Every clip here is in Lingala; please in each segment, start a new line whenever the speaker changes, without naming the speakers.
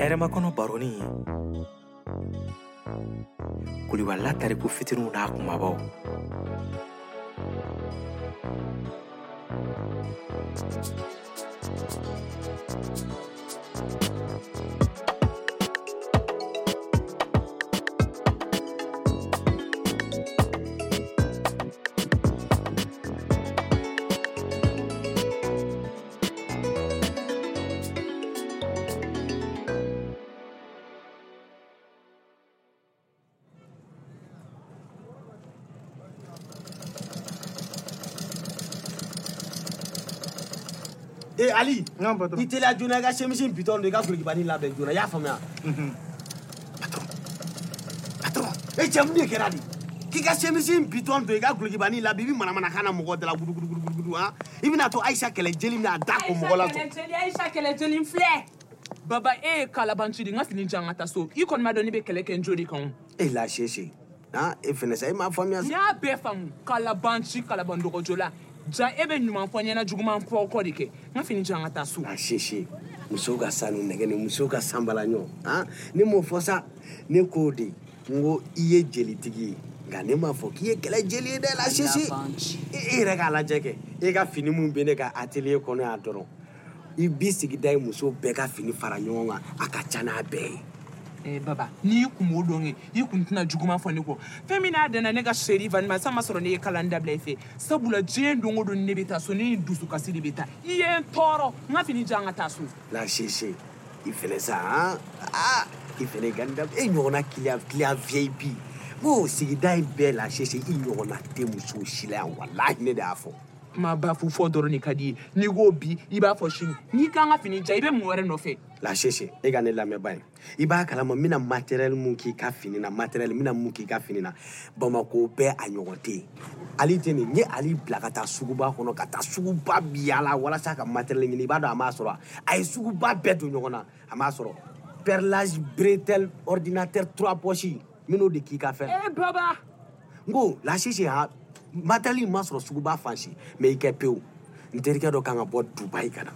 hɛrɛma kɔnɔ baroni kulibala tariku fitiniw n'a kumabaw
ee Eh, ali
N ka
i teliya joona i ka semisi bitɔn don i ka golokibani labɛn joona i y'a faamuya patron e cɛ mun de kɛra de k'i ka semisi bitɔn don i ka golokibani labɛn i bɛ manamanakan na mɔgɔ dala gudugudugudugudu han i bɛna ah. to ayisa kɛlɛ jeli min a da ko mɔgɔ la tun
ayisa kɛlɛ joli n filɛ
baba e ye kalabanci de n ka fini jan ka taa so i kɔni b'a dɔn ne bɛ kɛlɛ kɛ n jo de kan o
e la sese han e fɛnɛ sa e m'a faamuya
n
sa
y'a bɛɛ faamu kalabanci kalabandɔgɔjo la ja e bɛ ɲuman fɔ ɲɛna juguman fɔ kɔ de kɛ n ka fini jan ka taa so
la sese musow ka sanu nɛgɛ ni musow ka sanbala ɲɔ han ne m'o fɔ sa ne k'o de n ko i ye jelitigi ye nka ne m'a fɔ k'i ye kɛlɛ jeli ye dɛ la sese
Kalabanci.
e e yɛrɛ k'a lajɛ kɛ e ka fini min bɛ ne ka atelier kɔnɔ yan dɔrɔn i b'i sigida ye muso bɛɛ ka fini fara ɲɔgɔn kan a ka ca n'a bɛɛ ye
Eh, baba n'i kun b'o dɔn kɛ i kun tɛna juguman fɔ ne kɔ fɛn min n'a danna ne ka seri vani ma sa ma sɔrɔ ne ye kalan dabila i fɛ sabula diɲɛ don o don ni ne bɛ taa so ne ni dusukasi de bɛ taa i ye n tɔɔrɔ n ka fini jan ka taa so
la sese i fɛnɛ sa han ah i fɛnɛ i ka nin dabila e ɲɔgɔnna kiliyan kiliyan vip ko sigida in bɛɛ la sese i ɲɔgɔnna tɛ muso si la yan walahi ne de y'a fɔ
ma bafu fɔ dɔrɔn de ka di ye n'i ko bi i b'a fɔ sini n'i kan ka fini ja i bɛ mun wɛrɛ nɔfɛ
la sese e ka ne lamɛnba ye i b'a kalama n bɛna matɛrɛli mun k'i ka fini na matɛrɛli n bɛna mun k'i ka fini na bamako bɛɛ a ɲɔgɔn tɛ yen ali tɛ nin n ye ali bila ka taa suguba kɔnɔ ka taa suguba biyala walasa ka matɛrɛli ɲini i b'a dɔn a m'a sɔrɔ a a ye suguba bɛɛ don ɲɔgɔn na a m'a sɔrɔ perlage bretel ordinateur trois poches n bɛn'o de k'i ka fɛn na
ee baba
n ko la sese ha matali ma sɔrɔ suguba fan si mɛ i kɛ pewu n terikɛ dɔ kan ka bɔ dubayi ka na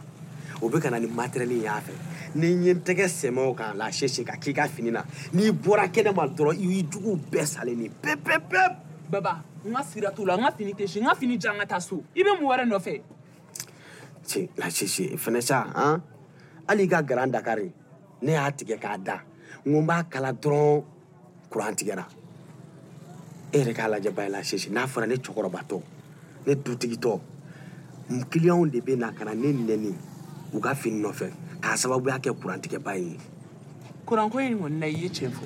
o bɛ ka na ni matɛrɛli y'a fɛ ni n ye n tɛgɛ sɛmɛ o kan la sese ka k'i ka fini na n'i bɔra kɛnɛma dɔrɔn i y'i juguw bɛɛ salen ni pepepepe
baba n ka sira t'o la n ka fini tɛ si n ka fini jan ka taa so i bɛ mun wɛrɛ nɔfɛ
cɛ la sese fɛnɛ sa han hali i ka garan dakari ne y'a tigɛ k'a da n ko n b'a kala dɔrɔn kuran tigɛra e yɛrɛ k'a lajɛ ba ye la sese n'a fɔra ne cɛkɔrɔbatɔ ne dutigitɔ n kiliyanw de bɛ na ka na ne nɛni u ka fini nɔfɛ k'a sababuya kɛ kurantigɛba ye
kuranko in kɔni na i ye tiɲɛ fɔ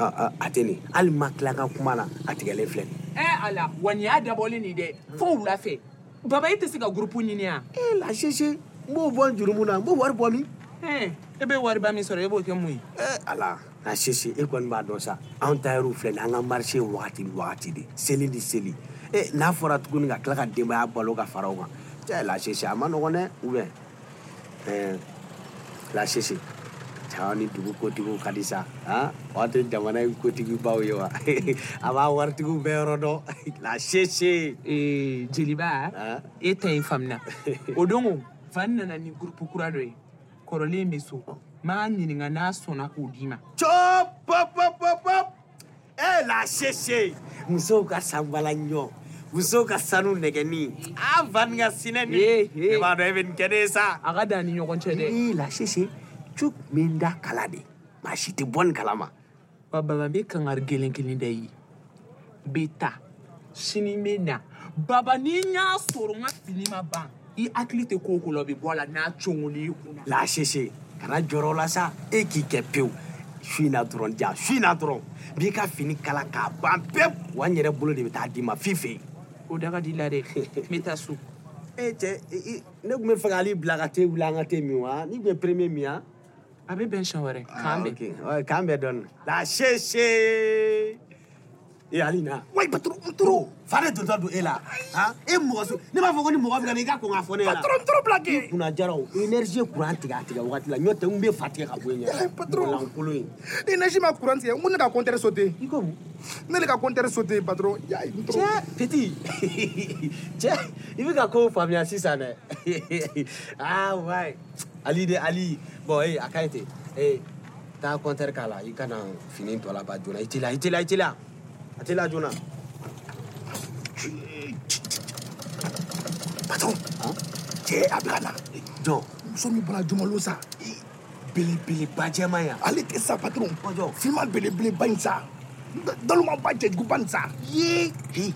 Ah, ah, a tɛ nin hali ma tila ka kuma na a tigɛlen filɛ nin ye.
ee Eh, ala wa nin y'a dabɔlen nin dɛ fo wula fɛ baba i tɛ se ka gurupu ɲini yan
ee la sese n b'o bɔ n juru mun na n b'o wari bɔ min
Ɛn, e bɛ wariba min sɔrɔ e b'o kɛ mun ye
Eh, ala na sese e kɔni b'a dɔn sa anw tayɛriw filɛ ni an ka marise ye wagati ni wagati de seli ni seli e n'a fɔra tuguni ka tila ka denbaya balo ka fara o kan cɛ la sese a ma nɔgɔn dɛ ubɛn ɛɛ la sese caa ni dugu kotigiw ka di sa han aw tɛ jamana in kotigibaw ye wa a b'a waritigiw bɛɛ yɔrɔ dɔn la sese
ee Eh, jeliba
An.
e ta in faamuna o don ko fani nana ni gurupu kura dɔ ye kɔrɔlen bɛ so n b'a ɲininka n'a sɔnna k'o d'i ma
Chop, pop, pop, pop, pop. Eh, la sese musow ka sanbala ɲɔ musow ka sanu nɛgɛni a fani ka sinɛ ni
Ye, ye.
ne b'a dɔn e bɛ nin kɛ ne ye sa
a ka dan ni ɲɔgɔn cɛ dɛ
ee la sese cuk me n da kala de maa si tɛ bɔ nin kala ma
wa baba n bɛ kangari gelen kelen da i ye n bɛ taa sini n bɛ na baba ni n y'a sɔrɔ n ka fini ma ban i hakili tɛ ko o ko la o bɛ bɔ a la n'a cogoli y'i kun na
la sese kana jɔrɔ o la sa e k'i kɛ pewu su in na dɔrɔn ja su in na dɔrɔn n b'i ka fini kala k'a ban pewu wa n yɛrɛ bolo de bɛ taa d'i ma f'i fɛ yen
o da ka di i la dɛ n bɛ taa so
ee cɛ i- i- e, ne tun bɛ fɛ k'ale bila ka te wuli an ka te min wa ni tun ye premier min yan
a bɛ bɛn siɲɛ wɛrɛ
Ah,
k'an bɛn
ok. Ouais, Kambé donne. La chéché. e hali na
wayi patron trop
fa de dontɔ don e la han? e mɔgɔ so ne b'a fɔ ko ni mɔgɔ bɛ ka na i ka kɔn ka fɔ ne ɲɛna
patron trop plaqué
kunna jara o énergie courant e tigɛ a tigɛ wagati la ɲɔ tɛ n bɛ fa tigɛ e ka bɔ i
Eh,
ɲɛ
patron.
lankolon ye
ni nasi ma courant tigɛ n ko ne ka compteur sauté
i ko mun
ne le ka compteur sauté patron yayi trop
cɛ petit cɛ i bɛ ka kow faamuya sisan dɛ ah ouais ali de ali bon ee a ka ɲi ten ee taa compteur k'a la i kana fini tɔ laban joona i teliya i teliya i teliya a teliya joona
patron cɛ a bɛ ka na
jɔn
muso min bɔra jumalo sa
belebeleba jɛman yan
ale tɛ sa patron
Kɔjɔ.
finma belebeleba in sa daluma ba cɛjuguba in sa
ye he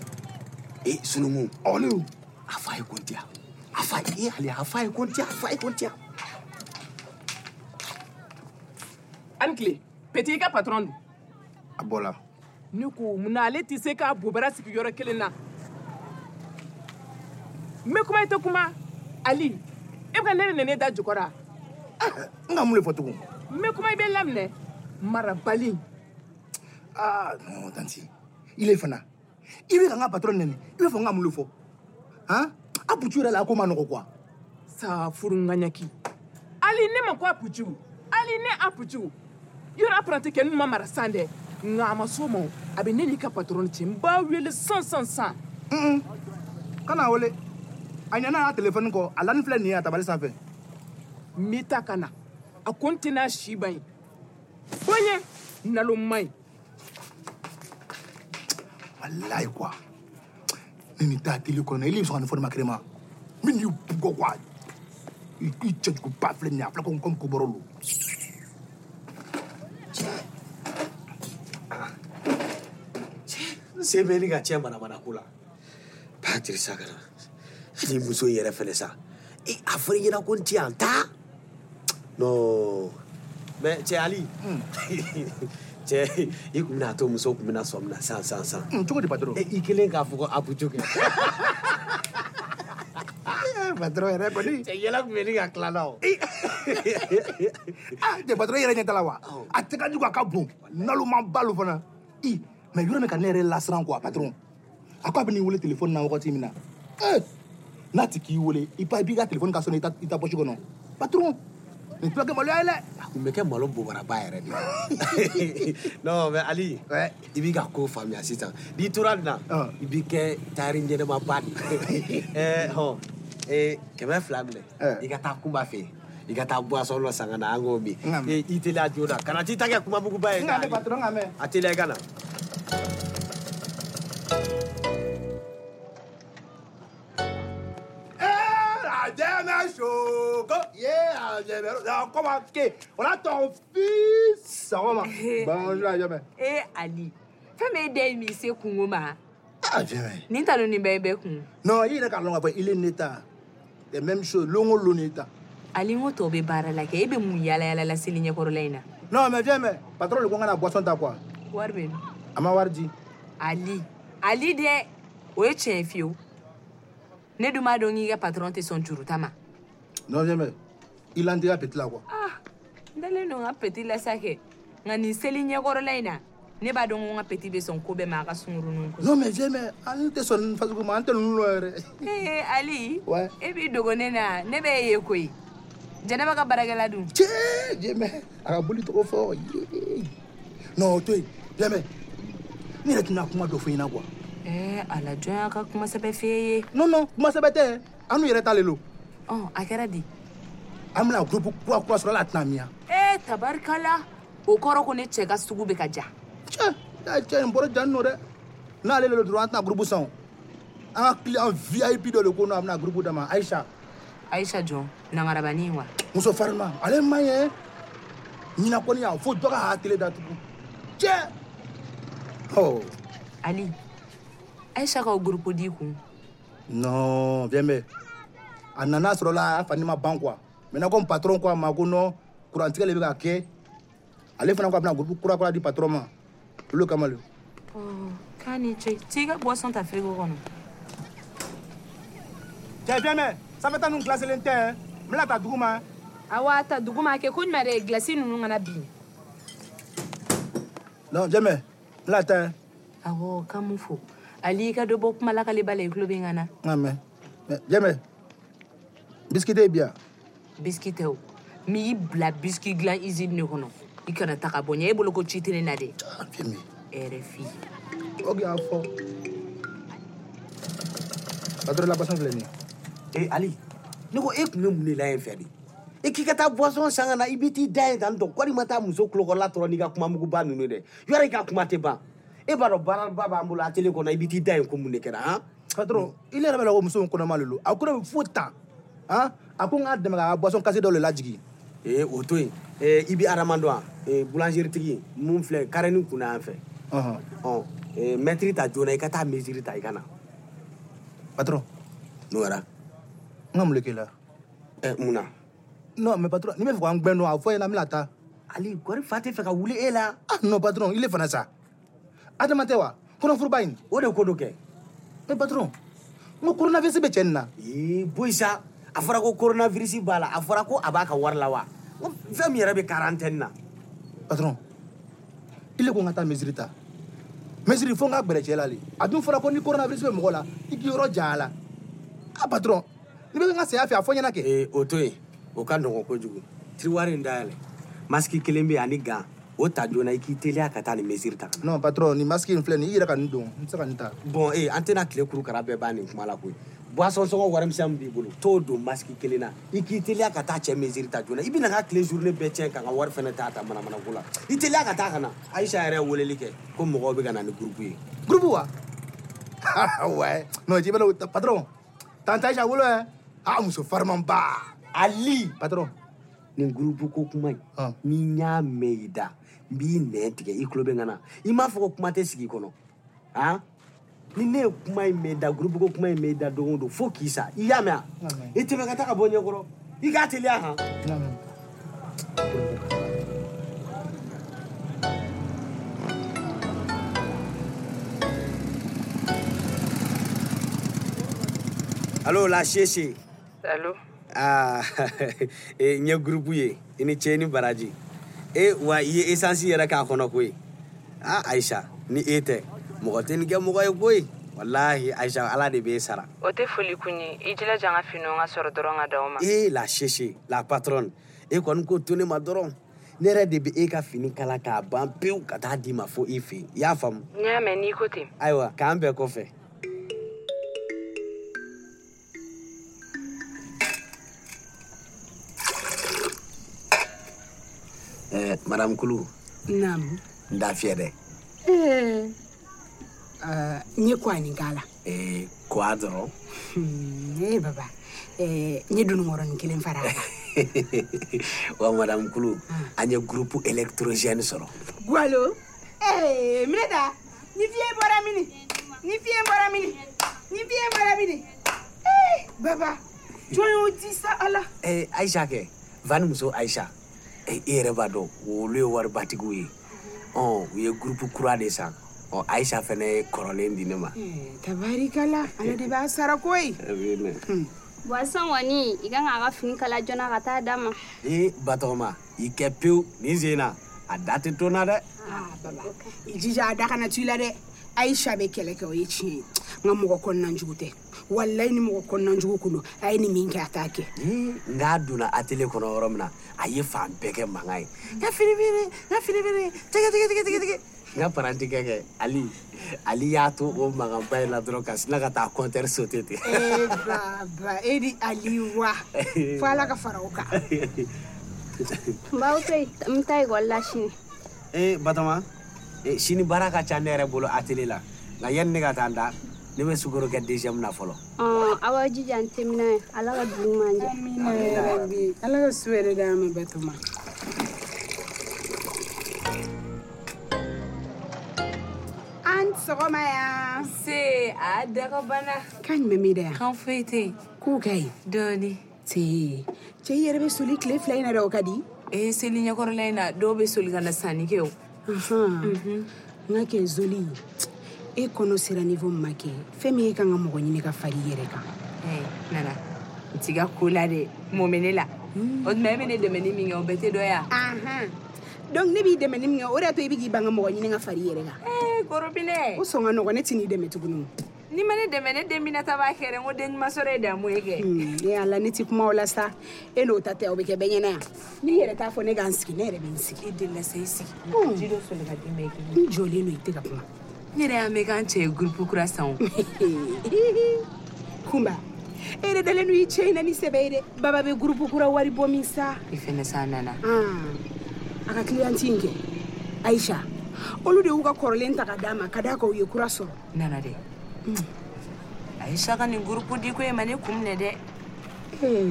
e sunumu
ɔle o
a fa ye ko n tiya a fa ye e hali a fa ye ko n tiya a fa ye ko n tiya
ani tile peti i ka patron don
a bɔla
ne ko munna ale tɛ se k'a bobara sigi yɔrɔ kelen na n bɛ kuma i tɛ kuma ali e bɛ ka ne de nɛnɛ da jukɔrɔ a
n ka mun le fɔ tugun
n bɛ kuma i bɛ laminɛ marabali
ah non tanti ile fana i bɛ ka n ka patron nɛni i bɛ fɔ n ka mun le fɔ han a butu yɛrɛ la a ko ma nɔgɔ quoi
sa furuŋanyaki ali ne ma ko apuju ali ne apuju yɔrɔ apranti kɛ nu ma mara san dɛ nka a ma so ma o. a bɛ ne n'i ka patron cɛ n b'a wele san san san
un un kana wele a ɲana a téléphone kɔ a lani filɛ nin ye a tabali sanfɛ
n b'i ta ka na a ko n tɛna si ban ye bonya nalo ma ɲi
walayi quoi ne ni taa tele kɔnɔ ile bɛ sɔn ka nin fɔ ne ma kɛnɛma n bɛ n'i bugɔ quoi i i cɛjuguba filɛ nin ye a filɛ ko comme ko bɔrɔ lo
n sen bɛ ne ka cɛ manamanako la patirisa ka na ani muso in yɛrɛ fɛnɛ sa e a fɔra i ɲɛna ko n tiya n ta non mɛ cɛ ali cɛ i kun bɛna to muso kun bɛna sɔn mina san san san
un cogo di patron
e i kelen k'a fɔ ko abujo kɛ
Eh, patron yɛrɛ kɔni
cɛ yɛlɛ kun bɛ ne ka kila la o
ah cɛ patron yɛrɛ ɲɛ t'a la wa
Awɔ.
a tɛ ka jugu a ka bon naloma ba lo fana i mais yɔrɔ min ka ne yɛrɛ lasiran quoi patron a ko a bɛ n'i wele téléphone na wagati min na eh n'a ti k'i wele i pa i b'i ka téléphone ka sɔnni i ta i ta poche kɔnɔ patron nin tɛ kɛ maloya ye dɛ.
a kun bɛ kɛ malo bobaraba yɛrɛ de non mɛ ali
Ouais.
i b'i ka ko faamuya sisan n'i tora nin na
Ɔn.
i b'i kɛ tari ɲɛnɛmaba de ɛɛ hɔn ee kɛmɛ fila minɛ
Ɛ.
i ka taa kunba fɛ yen i ka taa buwansɔn dɔ san ka na an k'o min
N ka mɛn.
ee i teliya joona kana t'i ta kɛ kumamuguba ye
n ka mɛn
dɛ, Ali.
patron n ka mɛn.
a teliya i ka na
Eh.
ee E, ali fɛn bɛ e da yi min se kungo ma
Ah, bien.
nin talon nin bɛɛ bɛ kun
non i yɛrɛ k'a lɔn k'a fɔ il est neta les mêmes choses lon o lon neta
ali n ko tɔw bɛ baara la kɛ e bɛ mun yaalayaalala seli ɲɛkɔrɔla in na
non mais viens mais patron le ko n kana boisson ta quoi
wari bɛ min
a ma wari di
ali ali dɛ o e ye tiɲɛ ye fiyewu ne dun b'a dɔn k'i ka patɔrɔn tɛ sɔn juruta ma
non viens mais il en dira petit la quoi
ah n dalen don n ka peti lasa kɛ nka nin seli ɲɛkɔrɔla in na ne b'a dɔn ko n ka peti bɛ sɔn ko bɛɛ ma a ka sungurunin ko
non mais viens mais an tɛ sɔn nin fasugu ma an tɛ ninnu lɔ yɛrɛ
ee ali
Ouais.
e b'i dogo ne na ne bɛ e ye koyi jɛnɛba ka baarakɛla dun
cɛ viens mais a ka boli tɔgɔ fɔ Yee. non o to yen viens mais ne yɛrɛ tɛna kuma dɔ fɔ i ɲɛna quoi
Eh,
ɛɛ ala jɔn y'a ka kuma sɛbɛ f'e ye
non non kuma sɛbɛ tɛ an n'u yɛrɛ ta le lo
Oh,
ɔn a kɛra di
an bɛna groupe kura kura sɔrɔ hali a tɛna miya
Eh,
ee tabarikala o kɔrɔ ko ne cɛ ka sugu bɛ ka ja
cɛ n'a cɛ nin bɔra jani nɔ dɛ n'ale le lo dɔrɔn an tɛna gurupu san o an ka kiliyan vip dɔ le ko nɔ an bɛna gurupu d'a ma ayisa
ayisa jɔn nangarabani in wa
muso farima ale ma ɲɛ ɲina kɔni yan fo dɔ ka hakili datugu cɛ ɔ
ali ayisa ka o gurupu d'i kun
non viens bɛ a nana sɔrɔ la a fani ma ban quoi maintenant comme patron ko a ma ko non kurantigɛ le bɛ ka kɛ ale fana ko a bɛna gurupu kura kura di patron ma olu kama le
k'a ni ce t'i ka bɔsɔn ta firigo kɔnɔ
cɛ viens bɛ sanfɛta ninnu gilaselen tɛ n bɛna ta dugu ma
awa ta dugu ma kɛ ko ɲuman dɛ gilasi ninnu kana bin
non viens bɛ n bɛna ta
awɔ kan mun fo ali i ka dɔ bɔ kuma lakali ba la i tulo bɛ n ka na
nka mɛ mɛ jɛmɛ bisikite ye bi yan
biski tɛ o mi i bila biski dilan izini de kɔnɔ i kana taga bɔ ɲɛ e bolo ko ci tɛ ne na Eh, de
an fɛ min
rfi
Ah, ok a fɔ patron labasan filɛ nin ye
ee E, ali ne ko e tun bɛ mun de la yen fɛ de e k'i ka taa buwansɔn san ka na i e b'i t'i da yen tan tɔ kɔni ma taa muso kulokɔrɔla tɔrɔ n'i ka kuma muguba ninnu dɛ yɔrɔ i ka kuma tɛ ban e b'a dɔn baaraba b'an bolo atelier kɔnɔ i b'i t'i e da yen ko mun de kɛra han
patron i le yɛrɛ b'a la ko muso in kɔnɔma de don a ko ne bɛ fo tan han a ko n k'a dɛmɛ ka boisson kase dɔ de lajigin
ee o to yen ee i bɛ adama dɔn wa ee boulangerie mun filɛ karɛni kunna yan fɛ
ɔhɔn
ɔ ee mɛtiri e, ta joona i ka taa mesure ta e i ka na
patron
n'o kɛra
n ka mun de kɛ i la
ɛ mun na
non mais patron n'i bɛ fɛ k'an gbɛn dɔn a fɔ n ɲɛna n bɛna taa
ali kɔri fa tɛ fɛ ka wuli e la
ah non patron il est fana sa adama tɛ wa kɔnɔforoba in
o de ko do kɛ
mais Eh, patron n ko coronavirus bɛ cɛ nin na
ee boyi sa a fɔra ko coronavirus b'a la a fɔra ko a b'a ka wari la wa N ko fɛn min yɛrɛ bɛ quarantaine na
patron i le ko n ka taa mesiri ta mesiri fo n ka gbɛrɛ cɛ la le a dun fɔra ko ni coronavirus bɛ mɔgɔ la i k'i yɔrɔ jan a la a Ah, patron ni bɛ n ka saya fɛ a fɔ n ɲɛna kɛ
ee o to yen o ka nɔgɔn kojugu tiriwari in dayɛlɛ masiki kelen bɛ yen ani gan o ta joona i k'i teliya ka taa nin mesure ta ka na
non patron nin masque in filɛ nin i yɛrɛ ka nin don n tɛ se ka nin ta
bɔn ee an tɛna tile kurukara bɛɛ ban nin kuma la koyi boisson sɔngɔ warimisɛn min b'i bolo t'o don masiki kelen na i k'i teliya ka taa cɛ mesure ta joona i bɛna ka tile journée bɛɛ tiɲɛ ka n ka wari fɛnɛ t'a ta manamanako la i teliya ka taa ka na ayisa yɛrɛ ye weleli kɛ ko mɔgɔw bɛ ka na ni groupe ye
groupe wa ouais non j'i bɛ na o ta- patron tante aisha wolo yɛ a muso farimanba
ali
patron
nin gurupu ko kuma in
Ɔn.
ni n y'a mɛn i da n b'i nɛn tigɛ i tulo bɛ n ka na i m'a fɔ ko kuma tɛ sigi i kɔnɔ han ni ne ye kuma in mɛn i da gurupu ko kuma in mɛn i da don o don fo k'i sa i y'a mɛn a
N y'a mɛn.
i tɛmɛ ka taa ka bɔ ɲɛkɔrɔ i k'a teliya han alo la Ah, sese
Allô
aa ee n ye gurupu ye i ni ce i ni baraji e wa i ye esansi yɛrɛ k'a kɔnɔ koyi a ayisa ni e tɛ mɔgɔ tɛ nin kɛ mɔgɔ ye koyi walahi ayisa ala de b'e sara
O tɛ foli kun ye i jilaja n ka finiw ka sɔrɔ dɔrɔn ka d'aw ma.
e la sese la patronne e kɔni ko to ne ma dɔrɔn ne yɛrɛ de bɛ e ka fini kala k'a ban pewu ka taa d'i ma fo i fɛ yen i y'a faamu
N y'a mɛn n'i ko ten.
ayiwa k'an bɛɛ kɔfɛ Eh, madame kulu
Naam.
n da fiyɛ dɛ
Uh, nye kwa ni gala.
Eh, ko a dɔrɔn
Hmm, eh baba. Eh, nye dunu ngoro ni kelen fara.
wa madame kulu an ye groupe électrogène sɔrɔ
Gwalo. Eh, mineta. Ni fie bora mini. Ni fie bora mini. Ni fie bora mini. Eh, baba. Joyo di sa ala.
Eh, aisha kɛ vani muso aisha Eh, i yɛrɛ b'a dɔn olu ye waribatigiw ye Ɔn, u Oh, ye groupe kura de san Ɔ, aisha fɛnɛ ye kɔrɔlen di ne ma
Eh, tabarikala. Ala de b'a sara koi.
Boisson kɔni i kan k'a ka fini kala joona ka taa d'a ma.
i batɔgɔma E, i kɛ pewu nin sen na a da tɛ to n na dɛ
Ah, baba. I jija a da kana tu i la dɛ. Aisha bɛ kɛlɛ kɛ o ye tiɲɛ ye. N ka mɔgɔ kɔnɔna jugu tɛ. Walayi ni mɔgɔ kɔnɔna jugu kun don, a ye nin min kɛ a t'a kɛ.
Ee, n'a donna atelier kɔnɔ yɔrɔ min na a ye fan bɛɛ kɛ mankan ye n ka e. fini bɛ ne n ka fini bɛ ne tɛgɛ tɛgɛ tɛgɛ tɛgɛ tɛgɛ n ka paranti kɛ kɛ ali ali y'a to o mankanba in na dɔrɔn ka sina ka taa compteur sauter ten
Eh, baba e di aliwa fo ala ka fara o kan
N b'aw to yen n bɛ taa ekɔli la sini.
ee Eh, batama ee, sini baara ka ca ne yɛrɛ bolo atelier la nka yanni ne ka taa n da ne bɛ sukaro kɛ deuxième na fɔlɔ
Ɔn aw b'aw jija n tɛ minɛ ala ka dugu man jɛ.
amina yarabi ala ka su yɛrɛ d'a ma batoma an ni sɔgɔma yan
se a dagabana
ka ɲi bɛ min da yan
kan foyi tɛ yen
k'u ka ɲi
dɔɔni
te cɛ i yɛrɛ bɛ soli tile fila in na dɛ o ka di
e seli ɲɛkɔrɔla in na dɔw bɛ soli ka na sanni kɛ o
n ka kɛ zoli ye. e kɔnɔ sera nifɔ ma kɛ fɛn min e kan ka mɔgɔ ɲini ka fari i yɛrɛ kan
Ɛɛ, E, nana n t'i ka ko la dɛ mɔmɛ ne la
Hmm.
o tuma e bɛ ne dɛmɛ ni min kɛ o bɛɛ tɛ dɔ ya
e Ahan. donc ne b'i dɛmɛ ni min kɛ o de y'a to i bɛ k'i ban ka mɔgɔ ɲini ka fari i yɛrɛ kan
Ɛɛ, gorobinɛ
o sɔn ka nɔgɔ ne tɛ n'i dɛmɛ tuguni o.
E, ni ma ne dɛmɛ ne den bina ta b'a kɛrɛ n ko den ɲuman sɔrɔ ye damu ye kɛ
Hmm, e ala ne tɛ kuma o la sa e n'o ta tɛ o bɛ kɛ bɛɛ ɲɛna yan n'i yɛrɛ t'a fɔ ne k'an sigi ne yɛrɛ bɛ n sigi
i delila sa i sigi
Hmm.
ji dɔ sɔli ka den bɛɛ kɛ
n jɔlen don i tɛ ka kuma
n yɛrɛ y'a mɛn k'an cɛ ye gurupu kura san
Hmm.
o
kunba e yɛrɛ dalen don i cɛ in na ni sɛbɛ ye dɛ baba bɛ gurupu kura wari bɔ min sa
i fɛnɛ sa nana
Ah, a ka kiliyanti in kɛ ayisa olu de y'u ka kɔrɔlen ta ka d'a ma ka d'a kan u ye kura sɔrɔ
nana dɛ a ye saka nin gurupu di ko ye ma ne kun minɛ dɛ
Ee,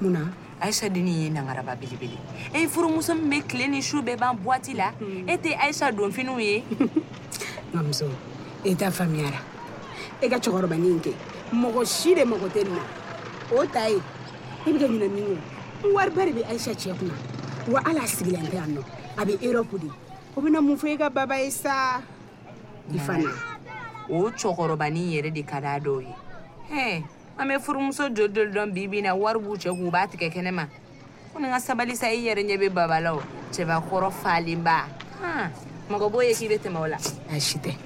mun na
ayisa dennin ye nangaraba belebele e furumuso min bɛ tile ni su bɛɛ ban buwati la e tɛ ayisa donfiniw ye
nka muso e ta faamuyara e ka cɛkɔrɔbani in kɛ mɔgɔ si de mɔgɔ tɛ nin na o ta ye e bɛ kɛ ɲina min o n wariba de bɛ ayisa cɛ kunna wa hali a sigilen tɛ yan nɔ a bɛ erɔpu de o bɛna mun fɔ e ka baba ye sa i fa na
o cɛkɔrɔbanin yɛrɛ de ka d'a dɔw ye hɛn an bɛ furumuso joli joli dɔn bi bi in na wari b'u cɛ kun u b'a tigɛ kɛnɛ ma ko nin ka sabali sa i yɛrɛ ɲɛ bɛ baba la o cɛbakɔrɔ falenba han mɔgɔ b'o ye k'i bɛ tɛmɛ o la
a si tɛ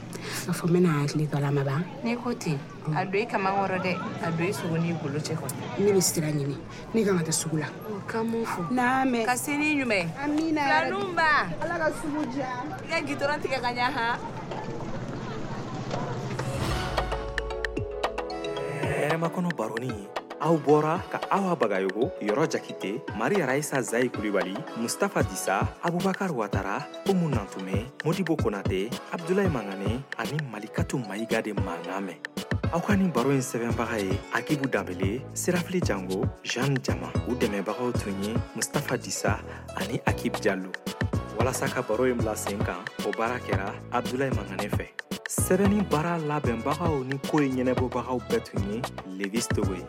a fɔ n bɛna hakili to a la ma ban
n'i ko ten a don i kaman kɔrɔ dɛ a don i sogo n'i golo cɛ kɔnɔ
ne bɛ sira ɲini ne kan ka taa sugu la
o ka mun fo
n'a mɛn
ka se ni ɲuman ye
amina
filaninw ba
ala ka sugu diya
i ka gitɔrɔn tigɛ ka ɲa han
hɛrɛmakɔnɔ baroni ye aw bɔra ka awa bagayogo yɔrɔ jakite maria raisa zayi kulibali mustafa disa abubakar watara umu nantume modibo konate abdulayi mangane ani malikatu mayiga de mankan mɛn aw ka nin baro in sɛbɛnbaga ye akibu danbele sirafili jango jeane jama u dɛmɛbagaw tun ye mustafa disa ani akib jalo walasa ka baro in bila sen kan o baara kɛra abdulayi mangane fɛ sɛbɛnni baara labɛnbagaw ni ko ye ɲɛnɛbɔbagaw bɛɛ tun ye levis togo ye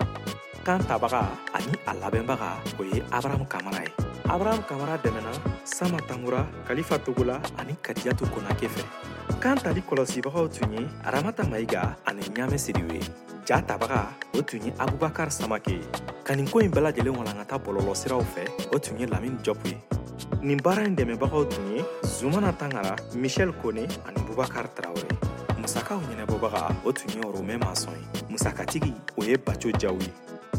kan tabaga ani a labɛnbaga o ye abraham kamara ye abraham kamara dɛmɛna sama tamura kalifa togola ani kadiyatu konake fɛ kan tali kɔlɔsibagaw tun ye aramata mayiga ani ɲaamɛ siriw ye ja tabaga o tun ye abubakar samake ye ka nin ko in bɛɛlajɛlen walankata bɔlɔlɔsiraw fɛ o tun ye lamin jɔpu ye nin baara in dɛmɛbagaw tun ye zumana tangara michɛl kone ani bubakar tarawre musakaw ɲɛnɛbɔbaga o tun ye romɛ masɔn ye musakatigi o ye baco jaw ye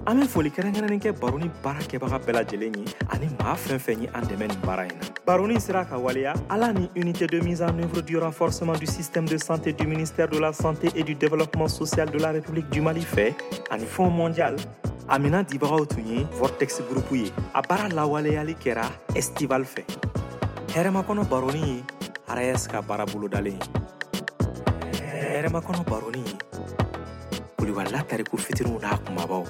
an be foli kɛrɛnkɛrɛnnin kɛ baroni baara kɛbaga bɛɛ lajɛlen ye ani maa fɛn fɛn ye an dɛmɛ nin baara in na baroni sera ka waleya ala ni unité de mise en œuvre du renforcement du système de santé du ministère de la santé et du développement social de la république du mali fɛ ani fond mondial amina dibagaw tun ye vortex groupe ye a baara lawaleyali kɛra estival fɛ hɛrɛmakɔnɔ baroni ye rs ka baara bolodalen ye hɛrɛmakɔnɔ baroni ye kulibali tariku fitiniw n'a kumabaw